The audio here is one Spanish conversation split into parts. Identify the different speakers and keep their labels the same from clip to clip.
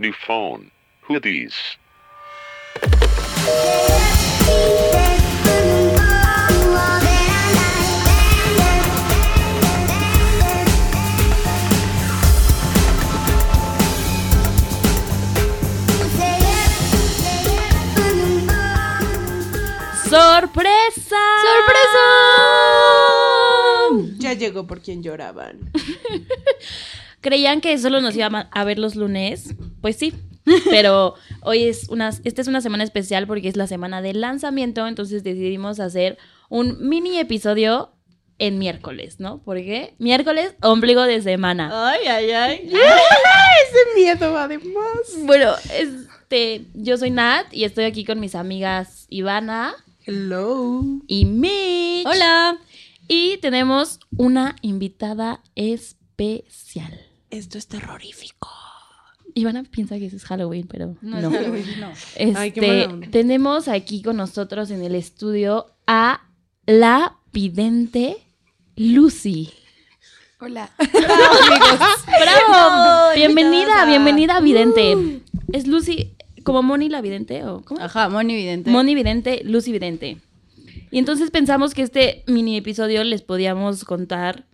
Speaker 1: New phone. Who these?
Speaker 2: ¡Sorpresa!
Speaker 3: ¡Sorpresa!
Speaker 4: Ya llegó por quien lloraban.
Speaker 2: Creían que solo nos iban a ver los lunes. Pues sí. Pero hoy es una, esta es una semana especial porque es la semana de lanzamiento. Entonces decidimos hacer un mini episodio en miércoles, ¿no? Porque miércoles, ombligo de semana.
Speaker 3: Ay, ay, ay.
Speaker 4: Ese miedo, además.
Speaker 2: Bueno, este, yo soy Nat y estoy aquí con mis amigas Ivana
Speaker 4: Hello.
Speaker 2: y Mitch.
Speaker 3: Hola.
Speaker 2: Y tenemos una invitada especial.
Speaker 4: Esto es terrorífico.
Speaker 2: Ivana piensa que eso es Halloween, pero no.
Speaker 3: es Halloween, no.
Speaker 2: Este,
Speaker 4: Ay, qué mala onda.
Speaker 2: tenemos aquí con nosotros en el estudio a la vidente Lucy.
Speaker 5: Hola.
Speaker 2: ¡Bravo! bienvenida,
Speaker 3: invitada.
Speaker 2: bienvenida vidente. Es Lucy, como Moni la vidente o cómo?
Speaker 3: Ajá, Moni Vidente.
Speaker 2: Moni vidente, Lucy vidente. Y entonces pensamos que este mini episodio les podíamos contar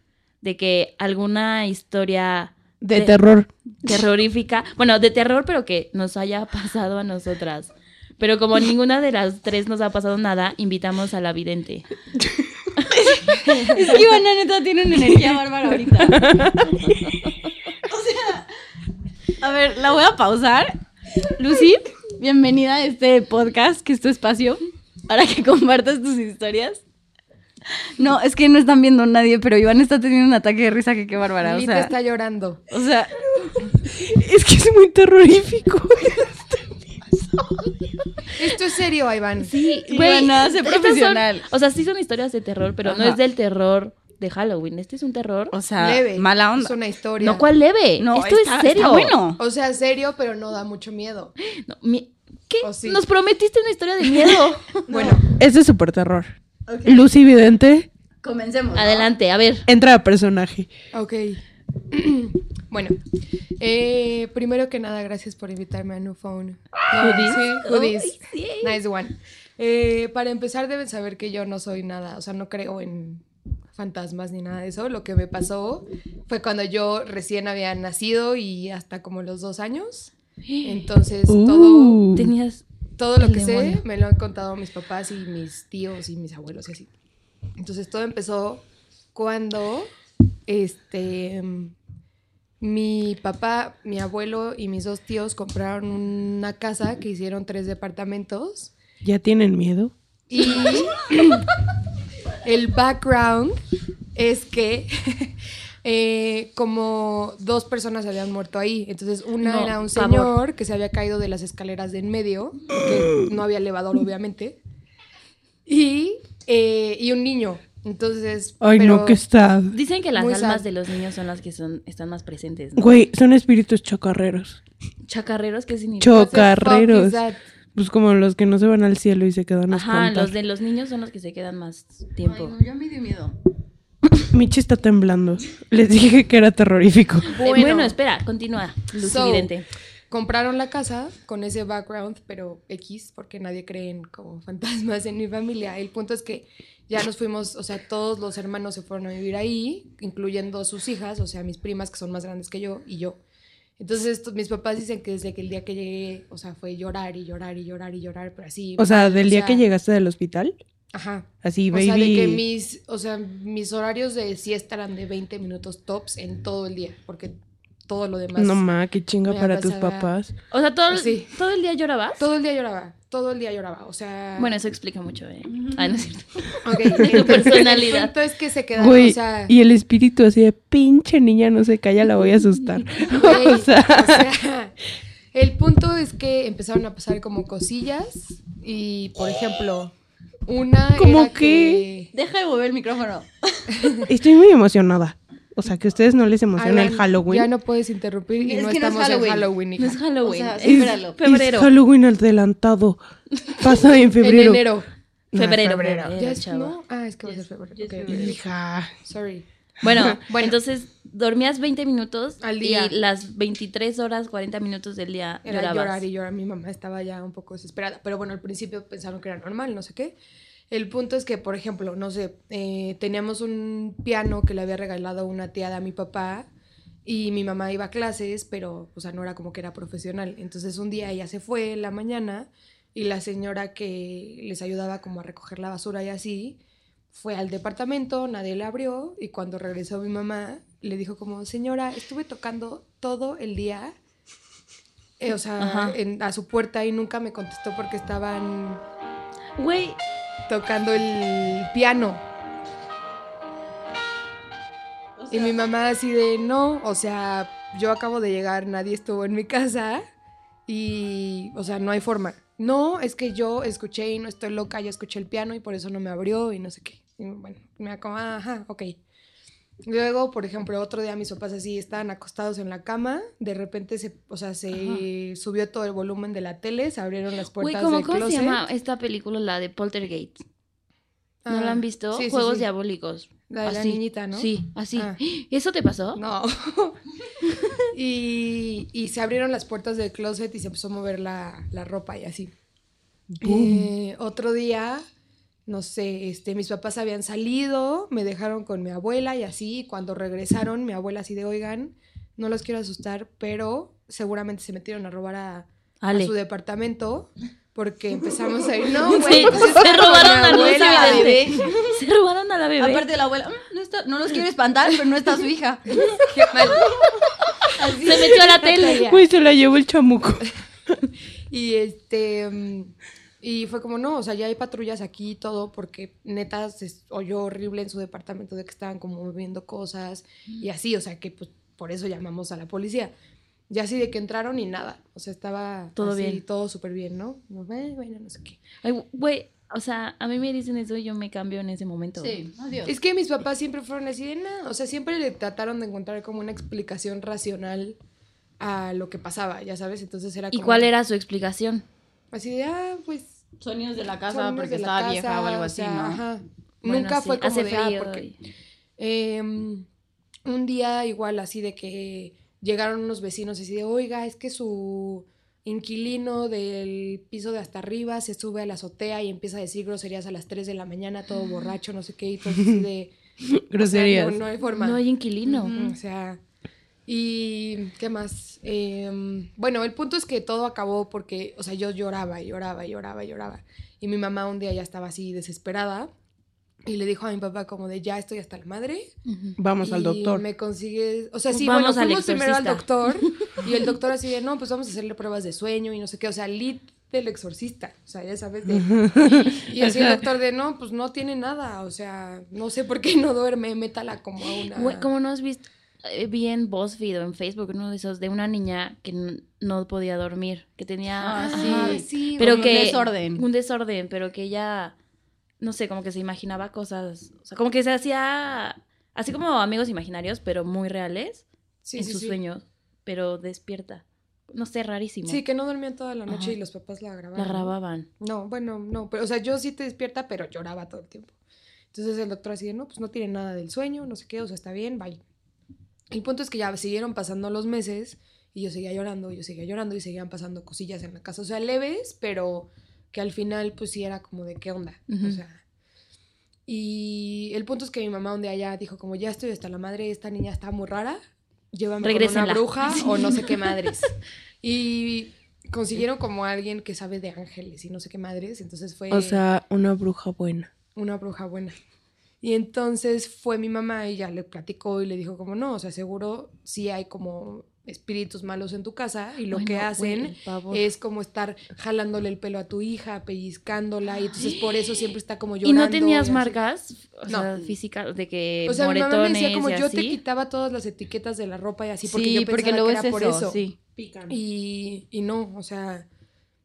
Speaker 2: de que alguna historia
Speaker 4: De
Speaker 2: de-
Speaker 4: terror.
Speaker 2: terrorífica, bueno, de terror, pero que nos haya pasado a nosotras. Pero como ninguna de las tres nos ha pasado nada, invitamos a la vidente.
Speaker 3: Es que Ivana neta tiene una energía bárbara ahorita. O sea, a ver, la voy a pausar. Lucy, bienvenida a este podcast, que es tu espacio, para que compartas tus historias. No, es que no están viendo a nadie, pero Ivana está teniendo un ataque de risa que qué bárbara. O
Speaker 5: Lilita
Speaker 3: sea,
Speaker 5: está llorando.
Speaker 3: o sea,
Speaker 4: Es que es muy terrorífico.
Speaker 5: Esto es serio, Iván. Sí.
Speaker 2: Güey,
Speaker 3: Ivana, sé
Speaker 2: estas son-
Speaker 3: profesional.
Speaker 2: o sea, sí son historias de terror, pero no
Speaker 3: Ajá.
Speaker 2: es del terror de Halloween. Este es un terror.
Speaker 3: O sea,
Speaker 5: leve.
Speaker 3: mala onda.
Speaker 5: Es una historia.
Speaker 2: no, ¿cuál leve?
Speaker 3: No,
Speaker 2: Esto es
Speaker 3: está- está
Speaker 2: serio.
Speaker 3: bueno.
Speaker 5: O sea, serio, pero no da mucho miedo.
Speaker 2: No, mi- ¿Qué?
Speaker 5: O sí.
Speaker 2: Nos prometiste una historia de miedo.
Speaker 5: Bueno,
Speaker 4: Es de super terror. Lucy Vidente
Speaker 3: Comencemos.
Speaker 2: Adelante, a ver.
Speaker 4: entra a personaje.
Speaker 5: ok. bueno, eh, primero que nada, gracias por invitarme a New Phone. No, sí, goodies.
Speaker 2: sí.
Speaker 5: Nice one. Eh, para empezar, deben saber que yo no soy nada, o sea, no creo en fantasmas ni nada de eso. Lo que me pasó fue cuando yo recién había nacido y hasta como los dos años. Entonces, todo
Speaker 4: Uh.
Speaker 2: Tenías.
Speaker 5: todo lo
Speaker 2: El
Speaker 5: que
Speaker 2: demonio.
Speaker 5: sé me lo han contado mis papás y mis tíos y mis abuelos y así. Entonces todo empezó cuando este mm, mi papá, mi abuelo y mis dos tíos compraron una casa que hicieron tres departamentos
Speaker 4: ¿Ya tienen miedo?
Speaker 5: y el background es que eh, como dos personas habían muerto ahí. Entonces una
Speaker 2: No,
Speaker 5: era un
Speaker 2: pavor.
Speaker 5: señor que se había caído de las escaleras de en medio, porque no había elevador obviamente, y, eh, y un niño. Entonces,
Speaker 4: Ay, no,
Speaker 5: pero-
Speaker 4: qué está.
Speaker 2: Dicen que las
Speaker 5: Muy
Speaker 2: almas
Speaker 5: sad.
Speaker 2: de los niños son las que son, están más presentes, ¿no?
Speaker 4: Güey, son espíritus chocarreros.
Speaker 2: Chacarreros, ¿qué significa?
Speaker 5: What the fuck is
Speaker 4: Chocarreros.
Speaker 5: that?
Speaker 4: Pues como los que no se van al cielo y se quedan a
Speaker 2: Ajá,
Speaker 4: espantar.
Speaker 2: los de los niños son los que se quedan más tiempo.
Speaker 3: yo me dio miedo.
Speaker 4: Michi está temblando. Les dije que era terrorífico.
Speaker 2: Eh, Bueno,
Speaker 5: Bueno.
Speaker 2: espera, continúa, Luz
Speaker 5: So,
Speaker 2: Vidente.
Speaker 5: Compraron la casa con ese background, pero X, porque nadie cree en como fantasmas en mi familia. El punto es que ya nos fuimos, o sea, todos los hermanos se fueron a vivir ahí, incluyendo sus hijas, o sea, mis primas que son más grandes que yo y yo. Entonces, t- mis papás dicen que desde que el día que llegué, o sea, fue llorar y llorar y llorar y llorar, pero así.
Speaker 4: O sea,
Speaker 5: mal,
Speaker 4: del
Speaker 5: o
Speaker 4: día
Speaker 5: sea,
Speaker 4: que llegaste del hospital,
Speaker 5: Ajá.
Speaker 4: así,
Speaker 5: O
Speaker 4: baby.
Speaker 5: sea, de que mis, o sea, mis horarios de siesta eran de 20 minutos tops en todo el día, porque todo lo demás.
Speaker 4: No ma, qué chinga
Speaker 5: me
Speaker 4: para tus
Speaker 5: pasaba-
Speaker 4: papás.
Speaker 2: O sea, todo, el-
Speaker 5: Sí.
Speaker 2: todo el día llorabas.
Speaker 5: Todo el día lloraba, todo el día lloraba, o sea...
Speaker 2: Bueno, eso explica mucho, ¿eh? Ay, no es cierto.
Speaker 5: ok,
Speaker 2: tu personalidad.
Speaker 5: El punto es que se quedaron,
Speaker 4: Güey,
Speaker 5: o sea...
Speaker 4: y el espíritu así de pinche niña no se calla, la voy a asustar.
Speaker 5: güey,
Speaker 4: o sea,
Speaker 5: el punto es que empezaron a pasar como cosillas y, por ejemplo, una
Speaker 4: ¿Cómo
Speaker 5: era
Speaker 4: qué?
Speaker 3: Deja de mover el micrófono.
Speaker 4: estoy muy emocionada. O sea, que a ustedes no les
Speaker 5: que-
Speaker 4: emociona
Speaker 5: Alan,
Speaker 4: el Halloween.
Speaker 5: Ya no puedes interrumpir y
Speaker 3: Es
Speaker 5: no
Speaker 3: que no es
Speaker 5: estamos
Speaker 3: Halloween.
Speaker 5: en Halloween, hija.
Speaker 2: No es Halloween.
Speaker 3: O sea,
Speaker 2: es
Speaker 3: sí, espéralo.
Speaker 2: febrero.
Speaker 4: Es Halloween adelantado. Pasa en febrero.
Speaker 5: En enero.
Speaker 4: No,
Speaker 2: febrero.
Speaker 4: febrero.
Speaker 2: febrero,
Speaker 5: Ya es-
Speaker 2: Ah, chava.
Speaker 5: no, ah, es que va a ser febrero. ok, ok.
Speaker 4: Hija.
Speaker 5: Sorry.
Speaker 2: Bueno, entonces dormías 20 minutos
Speaker 5: Al día.
Speaker 2: y las 23 horas 40 minutos del día
Speaker 5: Era
Speaker 2: llorabas.
Speaker 5: llorar y llorar. Mi mamá estaba ya un poco desesperada. Pero bueno, al principio pensaron que era normal, no sé qué. El punto es que, por ejemplo, no sé, eh, teníamos un piano que le había regalado una tía a mi papá y mi mamá iba a clases, pero, o sea, no era como que era profesional. Entonces un día ella se fue en la mañana y la señora que les ayudaba como a recoger la basura y así, fue al departamento, nadie le abrió y cuando regresó mi mamá le dijo como, señora, estuve tocando todo el día, eh, o sea,
Speaker 2: Ajá.
Speaker 5: en- a su puerta y nunca me contestó porque estaban
Speaker 2: Güey,
Speaker 5: tocando el piano. y mi mamá así de, no, o sea, yo acabo de llegar, nadie estuvo en mi casa y, o sea, no hay forma. No, es que yo escuché y no estoy loca, yo escuché el piano y por eso no me abrió y no sé qué. Y bueno, me acabo, ajá, ok. Luego, por ejemplo, otro día mis papás así estaban acostados en la cama, de repente se, o sea, se
Speaker 2: Ajá.
Speaker 5: subió todo el volumen de la tele, se abrieron las
Speaker 2: güey,
Speaker 5: puertas
Speaker 2: ¿cómo,
Speaker 5: del
Speaker 2: ¿cómo se
Speaker 5: closet.
Speaker 2: llama esta película, la de Poltergeist? ¿No
Speaker 5: Ah,
Speaker 2: la han visto?
Speaker 5: sí, sí,
Speaker 2: Juegos
Speaker 5: sí.
Speaker 2: diabólicos.
Speaker 5: La de la
Speaker 2: Así.
Speaker 5: niñita, ¿no?
Speaker 2: Sí, así.
Speaker 5: Ah.
Speaker 2: ¿Eso te pasó?
Speaker 5: No. y, y se abrieron las puertas del closet y se empezó a mover la, la ropa y así. Eh, otro día, no sé, este, mis papás habían salido, me dejaron con mi abuela y así. y Cuando regresaron, mi abuela así de, oigan, no los quiero asustar, pero seguramente se metieron a robar a, a
Speaker 2: Ale.
Speaker 5: su departamento. Porque empezamos a ir, no, güey,
Speaker 2: Sí,
Speaker 5: pues
Speaker 2: se
Speaker 5: estaba con
Speaker 2: robaron
Speaker 5: mi
Speaker 2: a Luis
Speaker 5: abuela,
Speaker 2: Vidente.
Speaker 5: bebé.
Speaker 2: Se robaron a la bebé.
Speaker 3: Aparte de la abuela, "Mm, no, está- no los quiero espantar, pero no está su hija.
Speaker 2: se metió a la tele.
Speaker 4: Güey, se la llevó el chamuco.
Speaker 5: Y este. mm, Y fue como, no, o sea, ya hay patrullas aquí y todo, porque neta se s- oyó horrible en su departamento de que estaban como moviendo cosas y así, o sea, que pues por eso llamamos a la policía. Ya así de que entraron y nada, o sea, estaba
Speaker 2: Todo
Speaker 5: así,
Speaker 2: bien.
Speaker 5: todo súper bien, ¿no? Como, "Eh, Bueno, no sé qué.
Speaker 2: Ay, Güey, o sea, a mí me dicen eso y yo me cambio en ese momento.
Speaker 3: Sí, adiós.
Speaker 5: Es que mis papás siempre fueron así de nada, o sea, siempre le trataron de encontrar como una explicación racional a lo que pasaba, ya sabes, entonces era
Speaker 2: ¿Y
Speaker 5: como...
Speaker 2: cuál era su explicación?
Speaker 5: Así de, ah, pues
Speaker 3: Sonidos de la
Speaker 5: sonidos de la casa, o sea, ajá.
Speaker 2: Bueno,
Speaker 5: Nunca
Speaker 2: sí,
Speaker 5: fue como
Speaker 2: hace
Speaker 5: de, ah,
Speaker 2: frío
Speaker 5: porque-
Speaker 2: y-
Speaker 5: Eh, un día igual así de que llegaron unos vecinos así de, oiga, es que su inquilino del piso de hasta arriba se sube a la azotea y empieza a decir groserías a las 3 de la mañana, todo borracho, no sé qué, y todo así de... o sea,
Speaker 4: Groserías.
Speaker 5: no, no hay forma.
Speaker 2: No hay inquilino.
Speaker 5: Ujú, O sea, y qué más. Eh, bueno, el punto es que todo acabó porque, o sea, yo lloraba, y lloraba, y lloraba, y lloraba. Y mi mamá un día ya estaba así desesperada y le dijo a mi papá como de, ya estoy hasta la madre.
Speaker 2: Ujú.
Speaker 4: Vamos al
Speaker 5: y
Speaker 4: doctor.
Speaker 5: me consigues, o sea, sí,
Speaker 2: Vamos
Speaker 5: bueno,
Speaker 2: al
Speaker 5: fuimos primero al
Speaker 2: exorcista.
Speaker 5: doctor y el doctor así de, no, pues vamos a hacerle pruebas de sueño y no sé qué, o sea, lead del exorcista, o sea, ya sabes de... Y así el doctor de, no, pues no tiene nada, o sea, no sé por qué no duerme, métala como a una...
Speaker 2: Güey, como no has visto eh, vi en BuzzFeed o en Facebook uno de esos de una niña que n- no podía dormir, que tenía
Speaker 3: Ah,
Speaker 2: ajá,
Speaker 3: sí.
Speaker 5: Ajá, sí,
Speaker 2: pero
Speaker 3: un
Speaker 2: que
Speaker 3: desorden.
Speaker 2: un desorden, pero que ella no sé, como que se imaginaba cosas, o sea, como que se hacía así como amigos imaginarios, pero muy reales
Speaker 5: Sí,
Speaker 2: en
Speaker 5: sí,
Speaker 2: sus
Speaker 5: sí.
Speaker 2: sueños, pero despierta. No sé, rarísimo.
Speaker 5: Sí, que no dormían toda la noche
Speaker 2: Ajá.
Speaker 5: y los papás la grababan.
Speaker 2: la
Speaker 5: ¿no?
Speaker 2: grababan.
Speaker 5: No, bueno, no, pero o sea, yo sí te despierta, pero lloraba todo el tiempo. Entonces el doctor así de, no, pues no tiene nada del sueño, no sé qué, o sea, está bien, bye. El punto es que ya siguieron pasando los meses y yo seguía llorando, y yo seguía llorando y seguían pasando cosillas en la casa, o sea, leves, pero que al final pues sí era como de qué onda,
Speaker 2: Ujú.
Speaker 5: o sea. Y el punto es que mi mamá un día ya dijo como, ya estoy hasta la madre, esta niña está muy rara, llévame con una
Speaker 2: Regrésenla.
Speaker 5: bruja o no sé qué madres. Y consiguieron como alguien que sabe de ángeles y no sé qué madres, entonces fue
Speaker 4: O sea, una bruja buena.
Speaker 5: una bruja buena. Y entonces fue mi mamá y ya le platicó y le dijo como no, o sea, seguro sí hay como espíritus malos en tu casa y lo
Speaker 2: Ay,
Speaker 5: que
Speaker 2: no, güey,
Speaker 5: hacen eh,
Speaker 2: el pavor.
Speaker 5: es como estar jalándole el pelo a tu hija, pellizcándola y entonces por eso siempre está como
Speaker 2: Y
Speaker 5: llorando.
Speaker 2: no tenías
Speaker 5: así.
Speaker 2: marcas, o
Speaker 5: No.
Speaker 2: sea, físicas de que
Speaker 5: O sea, mi mamá me
Speaker 2: moretones
Speaker 5: decía como
Speaker 2: y
Speaker 5: yo
Speaker 2: así.
Speaker 5: te quitaba todas las etiquetas de la ropa y así porque
Speaker 3: sí,
Speaker 5: yo pensaba
Speaker 3: porque luego
Speaker 5: que
Speaker 3: es
Speaker 5: era
Speaker 3: eso,
Speaker 5: por eso.
Speaker 3: sí.
Speaker 5: Y, y no, o sea,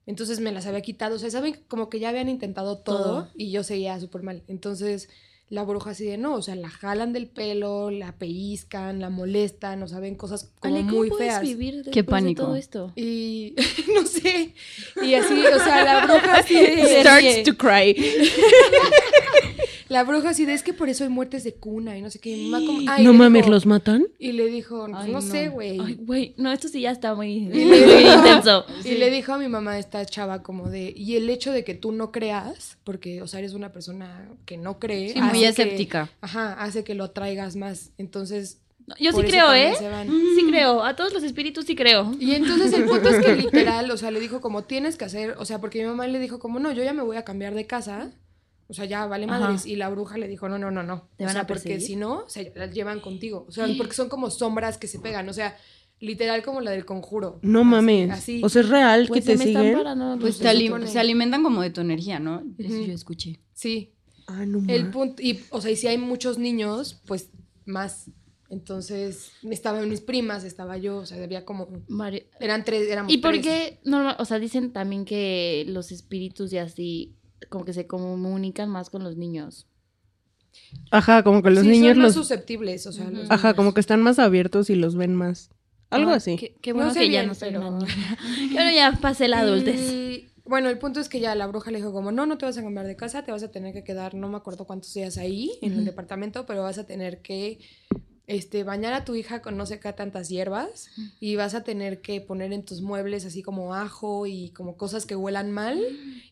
Speaker 5: entonces me las había quitado. O sea, saben como que ya habían intentado todo,
Speaker 2: Todo.
Speaker 5: y yo seguía súper mal. Entonces la bruja así de no, o sea, la jalan del pelo, la pellizcan, la molestan, o sea, ven cosas como
Speaker 2: Ale, ¿cómo
Speaker 5: muy
Speaker 2: puedes
Speaker 5: feas.
Speaker 2: vivir después
Speaker 3: Qué
Speaker 2: de
Speaker 3: pánico.
Speaker 2: todo esto?
Speaker 5: Y no sé, y así, o sea, la bruja así de...
Speaker 4: Starts to cry.
Speaker 5: La bruja así de, es que por eso hay muertes de cuna y no sé qué. Mi mamá como- ah, y
Speaker 4: No
Speaker 5: le
Speaker 4: mames,
Speaker 5: dijo-
Speaker 4: ¿los matan?
Speaker 5: Y le dijo, pues,
Speaker 2: Ay,
Speaker 5: no, sé, güey.
Speaker 2: Ay, güey, no, esto sí ya está muy,
Speaker 5: Y
Speaker 2: muy
Speaker 5: le dijo-
Speaker 2: intenso.
Speaker 5: Y le dijo a mi mamá esta chava como de, y el hecho de que tú no creas, porque, o sea, eres una persona que no cree.
Speaker 3: Sí, muy
Speaker 5: hace que-
Speaker 3: escéptica.
Speaker 5: ajá, hace que lo atraigas más. Entonces...
Speaker 2: No, Yo
Speaker 5: por
Speaker 2: sí
Speaker 5: eso
Speaker 2: creo,
Speaker 5: también
Speaker 2: ¿eh?
Speaker 5: se van.
Speaker 2: Sí creo. A todos los espíritus sí creo.
Speaker 5: Y entonces el punto es que literal, o sea, le dijo como tienes que hacer, o sea, porque mi mamá le dijo como no, yo ya me voy a cambiar de casa, o sea, ya vale
Speaker 2: Ajá.
Speaker 5: madres. Y la bruja le dijo no, no, no, no,
Speaker 2: ¿Te
Speaker 5: o
Speaker 2: van
Speaker 5: sea,
Speaker 2: a
Speaker 5: porque
Speaker 2: perseguir?
Speaker 5: si no, se las llevan contigo, o sea, porque son como sombras que se pegan, o sea, literal como la del conjuro.
Speaker 4: No
Speaker 5: Así-
Speaker 4: mames.
Speaker 5: Así.
Speaker 4: O sea, es real
Speaker 2: Pues
Speaker 4: que
Speaker 2: se
Speaker 4: te
Speaker 2: me están
Speaker 4: siguen.
Speaker 2: paranoico.
Speaker 3: Pues
Speaker 5: se
Speaker 3: te ali-
Speaker 5: supone.
Speaker 3: se alimentan como de tu energía, ¿no? Eso
Speaker 5: Ujú.
Speaker 3: yo escuché.
Speaker 5: sí.
Speaker 4: Ah, no
Speaker 5: El
Speaker 4: mames.
Speaker 5: punto, y, o sea, y si hay muchos niños, pues más. Entonces, estaban mis primas, estaba yo, o sea, había como
Speaker 2: Mari-
Speaker 5: eran tres, éramos
Speaker 2: ¿Y por
Speaker 5: tres.
Speaker 2: qué normal, o sea, dicen también que los espíritus y así como que se comunican más con los niños?
Speaker 4: Ajá, como que los
Speaker 5: Sí,
Speaker 4: niños
Speaker 5: son más
Speaker 4: los.
Speaker 5: susceptibles, o sea,
Speaker 2: Ujú.
Speaker 5: los
Speaker 4: Ajá, como que están más abiertos y los ven más. Algo
Speaker 2: Ah,
Speaker 4: así.
Speaker 2: Qué, qué
Speaker 5: No
Speaker 2: bueno
Speaker 5: sé
Speaker 2: que ya
Speaker 5: bien,
Speaker 2: no soy
Speaker 5: pero- Mm,
Speaker 2: una niña. Yo no ya pasé la adultez.
Speaker 5: Y, bueno, el punto es que ya la bruja le dijo como, no, no te vas a cambiar de casa, te vas a tener que quedar, no me acuerdo cuántos días ahí en el departamento, pero vas a tener que este, bañar a tu hija con no sé qué tantas hierbas y vas a tener que poner en tus muebles así como ajo y como cosas que huelan mal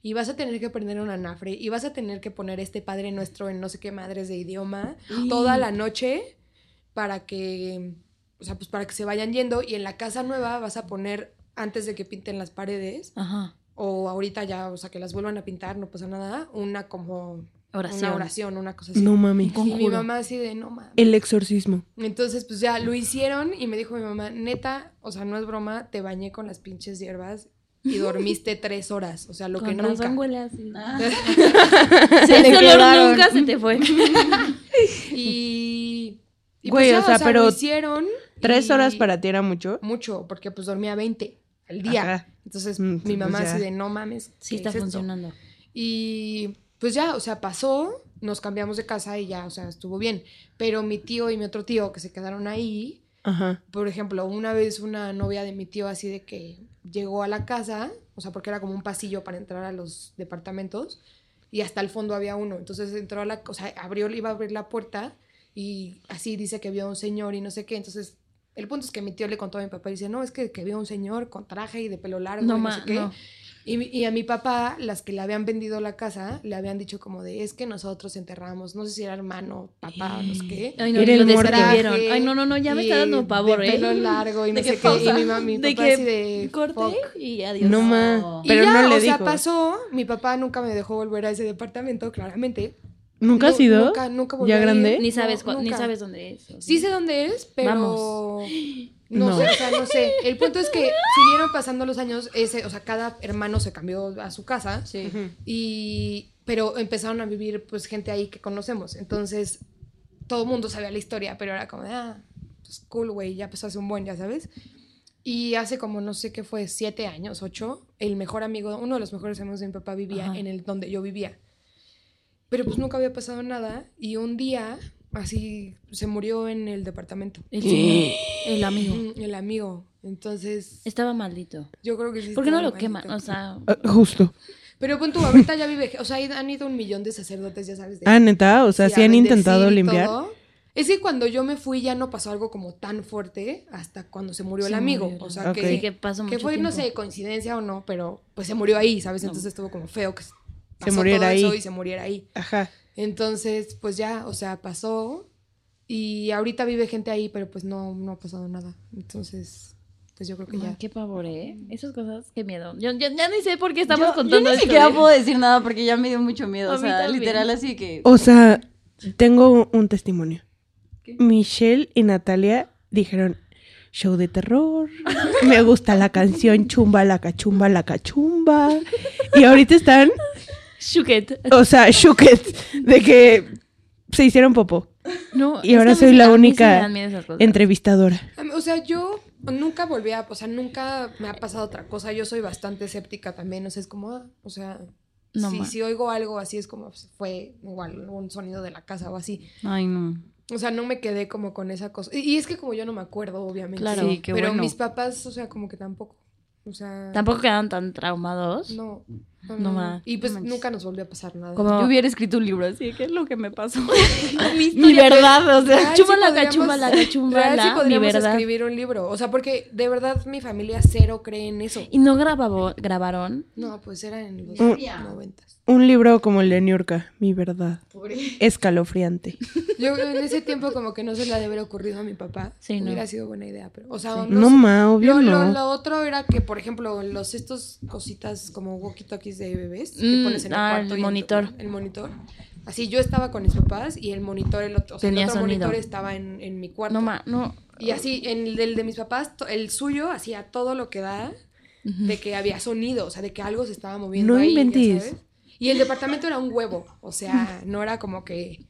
Speaker 5: y vas a tener que prender un anafre y vas a tener que poner este Padre Nuestro en no sé qué madres de idioma toda la noche para que, o sea, pues para que se vayan yendo y en la casa nueva vas a poner antes de que pinten las paredes
Speaker 2: Ajá.
Speaker 5: o ahorita ya, o sea, que las vuelvan a pintar, no pasa nada, una como
Speaker 2: Oración.
Speaker 5: una oración, una cosa así.
Speaker 4: No mames.
Speaker 5: y mi mamá así de, no mames.
Speaker 4: El exorcismo.
Speaker 5: Entonces, pues ya lo hicieron y me dijo mi mamá, neta, o sea, no es broma, te bañé con las pinches hierbas y dormiste tres horas, o sea, lo que
Speaker 2: Con
Speaker 5: nunca.
Speaker 2: razón huele así.
Speaker 3: Se
Speaker 2: Ese
Speaker 3: le
Speaker 2: olor
Speaker 3: quedaron.
Speaker 2: nunca se te fue.
Speaker 5: Y, y pues
Speaker 4: Güey, o sea, pero
Speaker 5: lo hicieron.
Speaker 4: Tres
Speaker 5: y-
Speaker 4: horas para ti era mucho.
Speaker 5: Mucho, porque pues dormía 20 al día.
Speaker 4: Ajá.
Speaker 5: Entonces,
Speaker 4: Mm,
Speaker 5: mi
Speaker 4: pues,
Speaker 5: mamá
Speaker 4: ya.
Speaker 5: así de, no mames.
Speaker 2: Sí
Speaker 5: ¿qué
Speaker 2: está
Speaker 5: es esto?".
Speaker 2: funcionando.
Speaker 5: Y pues ya, o sea, pasó, nos cambiamos de casa y ya, o sea, estuvo bien. Pero mi tío y mi otro tío que se quedaron ahí,
Speaker 4: Ajá.
Speaker 5: por ejemplo, una vez una novia de mi tío así de que llegó a la casa, o sea, porque era como un pasillo para entrar a los departamentos y hasta el fondo había uno. Entonces entró a la, o sea, abrió, iba a abrir la puerta y así dice que vio a un señor y no sé qué. Entonces, el punto es que mi tío le contó a mi papá y dice, no, es que, que vio a un señor con traje y de pelo largo
Speaker 2: No
Speaker 5: y no
Speaker 2: ma-
Speaker 5: sé qué.
Speaker 2: no.
Speaker 5: Y, mi- y a mi papá, las que le habían vendido la casa, le habían dicho como de, es que nosotros enterramos, no sé si era hermano, papá, no sé qué
Speaker 2: Ay, no,
Speaker 4: Era
Speaker 2: lo
Speaker 4: el muerto.
Speaker 2: describieron.
Speaker 5: traje
Speaker 2: Ay, no, no, no, ya me está
Speaker 5: y
Speaker 2: dando pavor,
Speaker 5: de
Speaker 2: ¿eh?
Speaker 5: pelo largo y no
Speaker 2: De
Speaker 5: sé
Speaker 2: que
Speaker 5: qué. Y
Speaker 2: pausa.
Speaker 5: mi, mamá, mi
Speaker 2: De
Speaker 5: papá
Speaker 2: que
Speaker 5: así de...
Speaker 2: corte
Speaker 5: fuck.
Speaker 2: y adiós.
Speaker 4: No mames.
Speaker 2: Y
Speaker 4: Pero
Speaker 5: y ya,
Speaker 4: no le
Speaker 5: o sea,
Speaker 4: dijo.
Speaker 5: pasó. Mi papá nunca me dejó volver a ese departamento, claramente.
Speaker 4: ¿Nunca has
Speaker 5: Nu-
Speaker 4: ido?
Speaker 5: Nunca, nunca volví
Speaker 4: ¿Ya
Speaker 5: a ir.
Speaker 4: grande?
Speaker 2: Ni sabes,
Speaker 5: No,
Speaker 2: cuál- ni
Speaker 5: nunca.
Speaker 2: sabes dónde es. o
Speaker 5: Sí
Speaker 2: sea.
Speaker 5: sé dónde es, pero...
Speaker 2: Vamos.
Speaker 5: No,
Speaker 4: No.
Speaker 5: sé, o sea, no sé. El punto es que siguieron pasando los años, ese, o sea, cada hermano se cambió a su casa.
Speaker 3: Sí.
Speaker 5: Y, pero empezaron a vivir pues gente ahí que conocemos. Entonces, todo el mundo sabía la historia, pero era como, de, ah, pues cool, güey, ya pasó hace un buen, ya sabes. Y hace como, no sé qué fue, siete años, ocho, el mejor amigo, uno de los mejores amigos de mi papá vivía
Speaker 2: Ajá.
Speaker 5: en el donde yo vivía. Pero pues nunca había pasado nada y un día así se murió en el departamento.
Speaker 2: El señor, el amigo.
Speaker 5: Mm, El amigo. Entonces,
Speaker 2: Estaba maldito.
Speaker 5: yo creo que sí.
Speaker 2: ¿Por qué no
Speaker 5: estaba
Speaker 2: lo queman?
Speaker 5: maldito.
Speaker 2: O sea,
Speaker 4: Ah, justo.
Speaker 5: Pero pon tú, ahorita ya vive, o sea, han ido un millón de sacerdotes, ya sabes. De,
Speaker 4: Ah, neta. O sea,
Speaker 5: a
Speaker 4: sí han
Speaker 5: bendecir
Speaker 4: intentado
Speaker 5: y
Speaker 4: limpiar.
Speaker 5: todo. Es que cuando yo me fui ya no pasó algo como tan fuerte hasta cuando se murió
Speaker 2: Se
Speaker 5: el amigo.
Speaker 2: murió el
Speaker 5: o sea,
Speaker 4: amigo.
Speaker 5: que,
Speaker 2: sí que pasó mucho
Speaker 5: que fue,
Speaker 2: tiempo.
Speaker 5: no sé, coincidencia o no, pero pues se murió ahí, ¿sabes? Entonces estuvo como feo que se
Speaker 4: muriera ahí.
Speaker 5: y se muriera ahí.
Speaker 4: Ajá.
Speaker 5: Entonces, pues ya, o sea, pasó y ahorita vive gente ahí, pero pues no, no ha pasado nada. Entonces, pues yo creo que
Speaker 2: Man,
Speaker 5: ya.
Speaker 2: qué pavor, ¿eh? Esas cosas, qué miedo. Yo, yo ya ni sé por qué estamos contando
Speaker 3: yo ni
Speaker 2: esto,
Speaker 3: siquiera
Speaker 2: ¿eh?
Speaker 3: puedo decir nada porque ya me dio mucho miedo.
Speaker 2: A
Speaker 3: O
Speaker 2: mí
Speaker 3: sea,
Speaker 2: también.
Speaker 3: literal así que.
Speaker 4: O sea, tengo un testimonio. Michelle y Natalia dijeron show de terror. Me gusta la canción chumba la cachumba la cachumba. Y ahorita están,
Speaker 2: Shook it.
Speaker 4: o sea, shook it, de que se hicieron popó.
Speaker 2: No,
Speaker 4: Y
Speaker 2: es que
Speaker 4: ahora
Speaker 2: a mí
Speaker 4: soy
Speaker 2: sí-
Speaker 4: la
Speaker 2: a mí sí me
Speaker 4: única
Speaker 2: dan miedo esas cosas.
Speaker 4: entrevistadora.
Speaker 5: Am- O sea, yo nunca volví a, o sea, nunca me ha pasado otra cosa. Yo soy bastante escéptica también, o sea, es como, ah, o sea,
Speaker 2: No
Speaker 5: si,
Speaker 2: ma-
Speaker 5: si oigo algo así es como pues, fue igual un sonido de la casa o así.
Speaker 3: Ay, no.
Speaker 5: O sea, no me quedé como con esa cosa. Y, y es que como yo no me acuerdo, obviamente.
Speaker 2: Claro.
Speaker 3: Sí, qué
Speaker 5: pero
Speaker 3: bueno.
Speaker 5: mis papás, o sea, como que tampoco. O sea,
Speaker 2: Tampoco quedan tan traumados.
Speaker 5: no.
Speaker 2: No ma.
Speaker 5: Y pues
Speaker 3: manches.
Speaker 5: nunca nos volvió a pasar nada.
Speaker 2: Como-
Speaker 3: Yo hubiera escrito un libro así, que es lo que me pasó.
Speaker 2: Mi,
Speaker 3: Mi verdad, o sea.
Speaker 5: Real sí
Speaker 2: Chúmbala,
Speaker 5: podríamos-
Speaker 2: cachumbala,
Speaker 5: real sí
Speaker 2: cachumbala, mi
Speaker 5: podríamos
Speaker 2: verdad.
Speaker 5: escribir un libro. O sea, porque de verdad mi familia cero cree en eso.
Speaker 2: Y no grababo- grabaron.
Speaker 5: No, pues era en los
Speaker 4: Mm.
Speaker 5: noventas.
Speaker 4: Un libro como el de Niurka, mi verdad. Escalofriante.
Speaker 5: Yo en ese tiempo como que no se le ha de haber ocurrido a mi papá.
Speaker 2: Sí, no.
Speaker 5: Hubiera sido buena idea, pero... O sea,
Speaker 4: No,
Speaker 5: sé.
Speaker 4: ma, obvio
Speaker 5: Lo, lo-
Speaker 4: no.
Speaker 5: lo otro era que, por ejemplo, los estos cositas como walkie-talkies de bebés que
Speaker 2: Mm,
Speaker 5: pones en el
Speaker 2: ah,
Speaker 5: cuarto
Speaker 2: el
Speaker 5: y en tu-
Speaker 2: monitor.
Speaker 5: el monitor. Así yo estaba con mis papás y el monitor, el otro, o sea, el
Speaker 2: Tenía
Speaker 5: otro
Speaker 2: sonido.
Speaker 5: monitor estaba en, en mi cuarto.
Speaker 2: No ma, no.
Speaker 5: Y así, en el del de mis papás, to- el suyo hacía todo lo que da de que había sonido, o sea, de que algo se estaba moviendo.
Speaker 4: No
Speaker 5: ahí, ya
Speaker 4: inventes.
Speaker 5: sabes. Y el departamento era un huevo, o sea, no era como que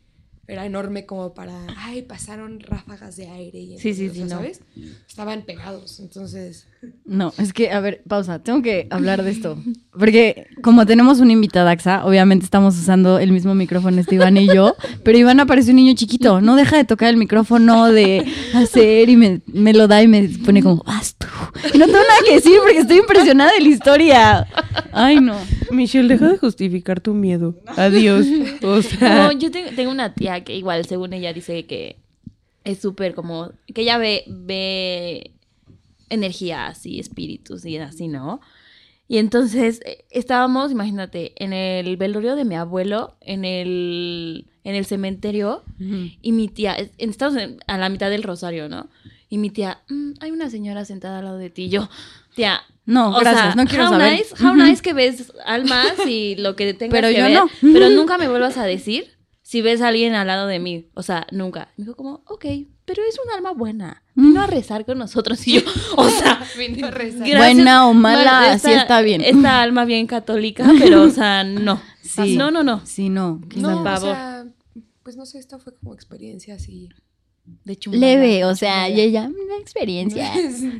Speaker 5: era enorme como para, ay, pasaron ráfagas de aire y
Speaker 2: Sí, sí,
Speaker 5: entonces,
Speaker 2: sí,
Speaker 5: o
Speaker 2: no.
Speaker 5: sea, ¿sabes? Estaban pegados, entonces...
Speaker 3: No, es que, a ver, pausa, tengo que hablar de esto. Porque como tenemos una invitada, Axa, obviamente estamos usando el mismo micrófono, este Iván y yo, pero Iván aparece un niño chiquito, no deja de tocar el micrófono, de hacer y me, me lo da y me pone como, vas tú. Y no tengo nada que decir porque estoy impresionada de la historia. Ay, no.
Speaker 4: Michelle, deja de justificar tu miedo. Adiós. O sea,
Speaker 2: No, yo te- tengo una tía que igual, según ella, dice que es súper como... Que ella ve, ve energías y espíritus y así, ¿no? Y entonces eh, estábamos, imagínate, en el velorio de mi abuelo, en el, en el cementerio, y mi tía, es- en- estamos en- a la mitad del rosario, ¿no? Y mi tía, "Mm, hay una señora sentada al lado de ti, Y yo, tía...
Speaker 3: No, gracias, no quiero
Speaker 2: how
Speaker 3: saber.
Speaker 2: Nice, how
Speaker 3: Ujú.
Speaker 2: nice que ves almas y lo que tengas
Speaker 3: Pero
Speaker 2: que
Speaker 3: yo
Speaker 2: ver,
Speaker 3: no.
Speaker 2: Pero nunca me vuelvas a decir si ves a alguien al lado de mí. O sea, nunca. Me dijo como, ok, pero es un alma buena. Vino a rezar con nosotros. Y yo, o sea,
Speaker 5: Vine a rezar.
Speaker 2: gracias,
Speaker 3: Buena o mala,
Speaker 2: mal-
Speaker 3: así está bien.
Speaker 2: Esta alma bien católica, pero, o sea, no.
Speaker 3: Sí.
Speaker 2: No, no, no.
Speaker 3: Sí, no. qué
Speaker 5: No,
Speaker 3: miedo.
Speaker 5: o
Speaker 2: pavor.
Speaker 5: sea, pues no sé, esta fue como experiencia así.
Speaker 2: De chumbala.
Speaker 3: Leve, o sea, y ella, una experiencia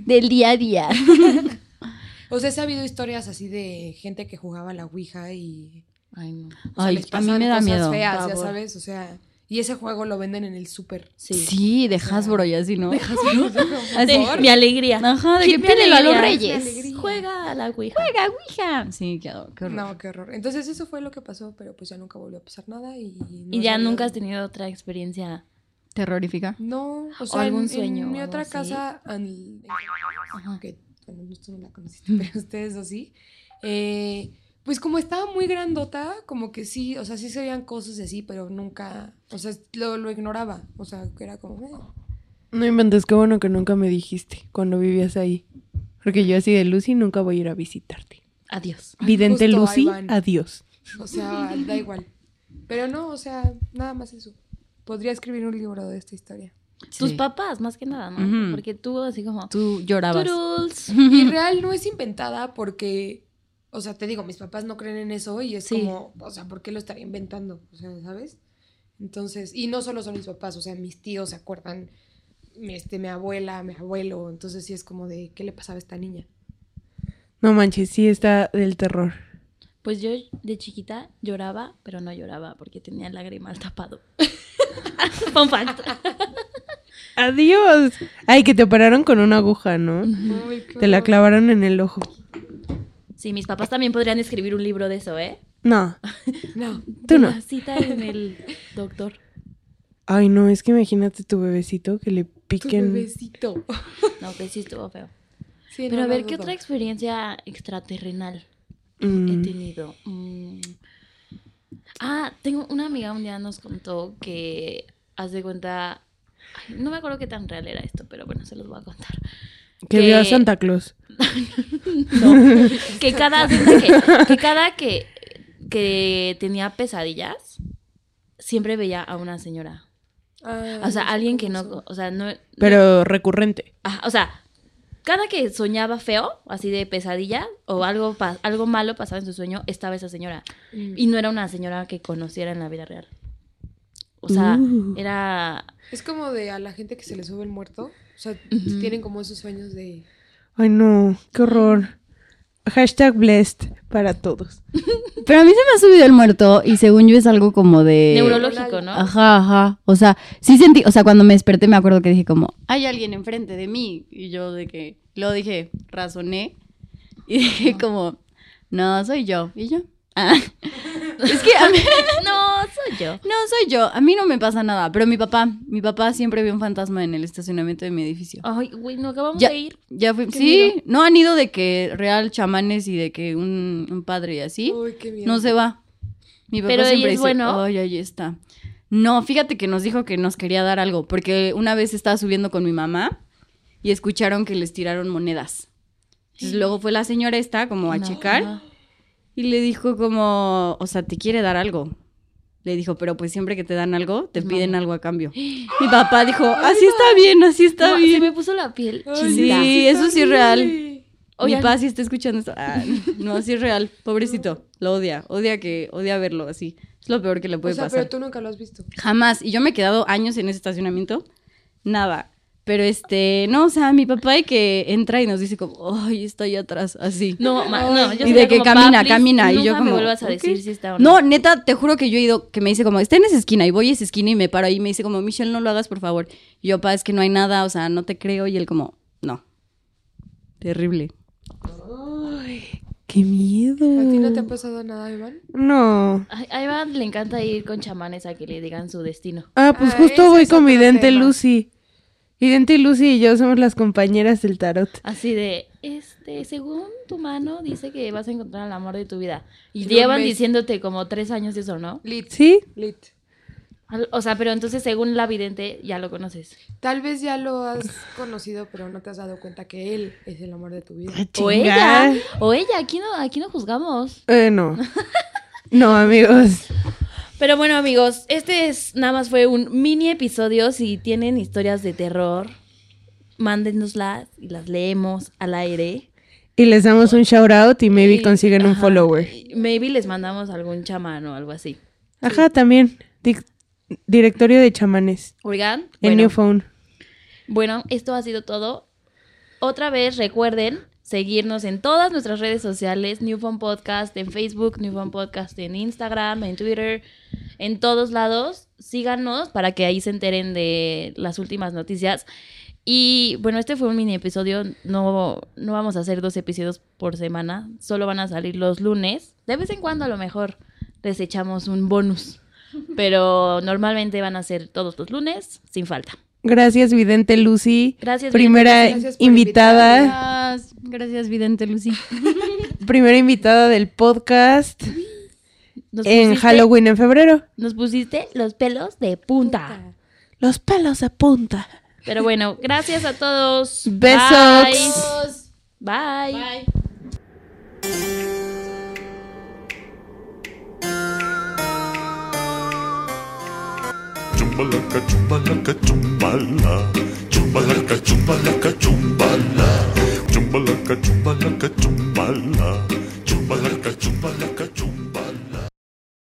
Speaker 3: del día a día.
Speaker 5: O sea, he sabido historias así de gente que jugaba a la Ouija y
Speaker 2: Ay, no.
Speaker 5: o sea,
Speaker 3: Ay,
Speaker 5: les
Speaker 3: a mí
Speaker 5: pasan
Speaker 3: me da
Speaker 5: cosas
Speaker 3: miedo.
Speaker 5: feas, ya
Speaker 2: Pavor.
Speaker 5: sabes, o sea, y ese juego lo venden en el súper.
Speaker 2: Sí.
Speaker 3: Sí, de Hasbro y así, ¿no?
Speaker 2: De
Speaker 3: Así.
Speaker 2: mi alegría.
Speaker 3: Ajá, de
Speaker 2: Sí,
Speaker 3: que
Speaker 2: mi
Speaker 3: pídele a los
Speaker 2: alegría.
Speaker 3: reyes.
Speaker 2: Juega a la Ouija.
Speaker 3: Juega, Ouija. Sí, qué, horror, qué horror.
Speaker 5: No, qué horror. Entonces eso fue lo que pasó, pero pues ya nunca volvió a pasar nada y no
Speaker 2: Y ya
Speaker 5: sabía-
Speaker 2: nunca has tenido otra experiencia.
Speaker 3: Terrorífica.
Speaker 5: No, o sea,
Speaker 2: algún
Speaker 5: en,
Speaker 2: sueño
Speaker 5: en mi
Speaker 2: o algo
Speaker 5: otra
Speaker 2: así.
Speaker 5: casa al-
Speaker 2: Ajá.
Speaker 5: que bueno, tú no la conociste, pero ustedes así. Eh, pues como estaba muy grandota, como que sí, o sea, sí se veían cosas y así, pero nunca, o sea, lo, lo ignoraba, o sea, que era como, eh.
Speaker 4: no inventes, qué bueno que nunca me dijiste cuando vivías ahí. Porque yo así de Lucy nunca voy a ir a visitarte.
Speaker 2: Adiós.
Speaker 4: Vidente
Speaker 5: justo, ahí
Speaker 4: Lucy,
Speaker 5: van.
Speaker 4: adiós.
Speaker 5: o sea, da igual. Pero no, o sea, nada más eso. Podría escribir un libro de esta historia.
Speaker 2: Tus
Speaker 3: Sí.
Speaker 2: papás, más que nada, ¿no?
Speaker 3: Ujú.
Speaker 2: Porque tú así como...
Speaker 3: Tú llorabas.
Speaker 2: Turulz.
Speaker 5: Y real no es inventada porque, o sea, te digo, mis papás no creen en eso y es
Speaker 2: Sí.
Speaker 5: como, o sea, ¿por qué lo estaría inventando? O sea, ¿sabes? Entonces, y no solo son mis papás, o sea, mis tíos se acuerdan, mi- este, mi abuela, mi abuelo, entonces sí es como de, ¿qué le pasaba a esta niña?
Speaker 4: No manches, sí está del terror.
Speaker 2: Pues yo de chiquita lloraba, pero no lloraba porque tenía el lagrimal tapado. Fun fact.
Speaker 4: Adiós. Ay, que te operaron con una aguja, ¿no? Te la clavaron en el ojo.
Speaker 2: Sí, mis papás también podrían escribir un libro de eso, ¿eh?
Speaker 4: No,
Speaker 5: No,
Speaker 4: tú
Speaker 2: De
Speaker 4: no.
Speaker 2: La cita en el doctor.
Speaker 4: Ay, no, es que imagínate tu bebecito que le
Speaker 5: tu
Speaker 4: piquen.
Speaker 5: bebecito.
Speaker 2: No, que sí estuvo feo.
Speaker 5: Sí, no,
Speaker 2: Pero a
Speaker 5: no
Speaker 2: ver, ¿qué
Speaker 5: dudo.
Speaker 2: otra experiencia extraterrenal he
Speaker 4: Mm,
Speaker 2: tenido? Mm. Ah, tengo una amiga un día nos contó que, haz de cuenta, ay, no me acuerdo qué tan real era esto, pero bueno, se los voy a contar.
Speaker 4: que vio a Santa Claus.
Speaker 2: No, que cada haz de cuenta que, que cada que, que tenía pesadillas siempre veía a una señora.
Speaker 5: Ah,
Speaker 2: O sea,
Speaker 5: no sé
Speaker 2: alguien que
Speaker 5: cómo
Speaker 2: no,
Speaker 5: son.
Speaker 2: o sea, no
Speaker 4: Pero recurrente.
Speaker 2: Ajá, o sea, cada que soñaba feo, así de pesadilla o algo pa- algo malo pasaba en su sueño, estaba esa señora
Speaker 5: Mm.
Speaker 2: y no era una señora que conociera en la vida real. O sea,
Speaker 4: Uh.
Speaker 2: era
Speaker 5: Es como de a la gente que se le sube el muerto, o sea, tienen como esos sueños de...
Speaker 4: Ay, no, qué horror. Hashtag blessed para todos.
Speaker 3: Pero a mí se me ha subido el muerto y según yo es algo como de...
Speaker 2: neurológico, ¿no?
Speaker 3: Ajá, ajá. O sea, sí sentí, o sea, cuando me desperté me acuerdo que dije como, hay alguien enfrente de mí. Y yo de que, lo dije, razoné. Y dije como, No, soy yo. ¿Y yo? Ah. Es que a mí,
Speaker 2: No, soy yo.
Speaker 3: no soy yo, a mí no me pasa nada, pero mi papá, mi papá siempre vio un fantasma en el estacionamiento de mi edificio.
Speaker 2: Ay, güey, no acabamos
Speaker 3: Ya-
Speaker 2: Ah, de ir.
Speaker 3: Ya fui,
Speaker 2: Qué
Speaker 3: sí,
Speaker 2: miedo.
Speaker 3: no han ido de que real chamanes y de que un, un padre y así,
Speaker 5: Uy, qué miedo.
Speaker 3: no se va. Mi papá
Speaker 2: Pero ahí
Speaker 3: siempre
Speaker 2: es
Speaker 3: dice,
Speaker 2: bueno.
Speaker 3: ay, ahí está. No, fíjate que nos dijo que nos quería dar algo, porque una vez estaba subiendo con mi mamá y escucharon que les tiraron monedas. Entonces luego fue la señora esta como a
Speaker 2: No,
Speaker 3: checar
Speaker 2: ajá.
Speaker 3: y le dijo como, o sea, te quiere dar algo. Le dijo, pero pues siempre que te dan algo, te piden algo a cambio. Mi papá dijo, así está bien, así está
Speaker 2: No, se
Speaker 3: bien.
Speaker 2: me puso la piel
Speaker 5: Ay,
Speaker 2: chinita.
Speaker 3: Sí,
Speaker 5: está
Speaker 3: eso sí es real.
Speaker 5: horrible.
Speaker 3: Mi
Speaker 2: Oigan.
Speaker 3: papá sí está escuchando esto. Ah, no, sí es real. Pobrecito. Lo odia. Odia que, odia verlo así. Es lo peor que le
Speaker 5: O
Speaker 3: puede
Speaker 5: sea,
Speaker 3: pasar.
Speaker 5: pero tú nunca lo has visto.
Speaker 3: Jamás. Y yo me he quedado años en ese estacionamiento. Nada. Pero este, no, o sea, mi papá de que entra y nos dice como, ay, está ahí atrás, así.
Speaker 2: No, ma- no, yo
Speaker 3: y
Speaker 2: sería
Speaker 3: de que
Speaker 2: como,
Speaker 3: camina,
Speaker 2: "Pa, please,
Speaker 3: camina. Y
Speaker 2: nunca
Speaker 3: yo como,
Speaker 2: me vuelvas a
Speaker 3: "Ok".
Speaker 2: decir si está o no.
Speaker 3: No, neta, te juro que yo he ido, que me dice como, está en esa esquina, y voy a esa esquina y me paro ahí y me dice como, Michelle, no lo hagas, por favor. Y yo, pa, es que no hay nada, o sea, no te creo. Y él como, no. Terrible.
Speaker 4: ¡Qué miedo!
Speaker 5: ¿A ti no te ha pasado nada, Iván?
Speaker 4: No.
Speaker 2: Ay, A Iván le encanta ir con chamanes a que le digan su destino.
Speaker 4: Ah, pues
Speaker 5: Ah,
Speaker 4: justo
Speaker 5: ese
Speaker 4: voy
Speaker 5: es
Speaker 4: con mi
Speaker 5: otro
Speaker 4: dente
Speaker 5: tema.
Speaker 4: Lucy. Mi dente Lucy y yo somos las compañeras del tarot.
Speaker 2: Así de, este, según tu mano, dice que vas a encontrar el amor de tu vida. Y
Speaker 5: En un
Speaker 2: llevan
Speaker 5: mes.
Speaker 2: diciéndote como tres años eso, ¿no?
Speaker 5: Lit.
Speaker 4: ¿Sí?
Speaker 5: Lit.
Speaker 2: Al- O sea, pero entonces según la vidente ya lo conoces.
Speaker 5: Tal vez ya lo has conocido, pero no te has dado cuenta que él es el amor de tu
Speaker 4: Ah,
Speaker 5: vida.
Speaker 2: O ella, o ella, aquí no, aquí no juzgamos.
Speaker 4: Eh, no. No, amigos.
Speaker 2: Pero bueno, amigos, este es nada más fue un mini episodio. Si tienen historias de terror, mándenoslas y las leemos al aire.
Speaker 4: Y les damos un shout out y maybe consiguen un
Speaker 2: Ajá,
Speaker 4: follower.
Speaker 2: y Maybe les mandamos algún chamán o algo así.
Speaker 4: Ajá, también. Dic- directorio de chamanes.
Speaker 2: Oigan,
Speaker 4: En
Speaker 2: bueno,
Speaker 4: New Phone.
Speaker 2: Bueno, esto ha sido todo. Otra vez recuerden seguirnos en todas nuestras redes sociales, Newfound Podcast en Facebook, Newfound Podcast en Instagram, en Twitter, en todos lados. Síganos para que ahí se enteren de las últimas noticias. Y bueno, este fue un mini episodio. No, no vamos a hacer dos episodios por semana. Solo van a salir los lunes. De vez en cuando a lo mejor les echamos un bonus. Pero normalmente van a ser todos los lunes sin falta.
Speaker 4: Gracias, vidente Lucy.
Speaker 2: Gracias,
Speaker 4: primera
Speaker 5: vidente, gracias por
Speaker 4: invitada,
Speaker 3: Gracias, gracias, vidente Lucy.
Speaker 4: primera invitada del podcast
Speaker 2: Nos
Speaker 4: en
Speaker 2: pusiste-
Speaker 4: Halloween en febrero.
Speaker 2: Nos pusiste los pelos de punta.
Speaker 4: Los pelos de punta.
Speaker 2: Pero bueno, gracias a todos.
Speaker 4: Besos.
Speaker 2: Bye. Bye.
Speaker 6: Chumbalaka, chumbalaka, chumbala. Chumbalaka, chumbalaka, chumbala. Chumbalaka, chumbalaka, chumbala.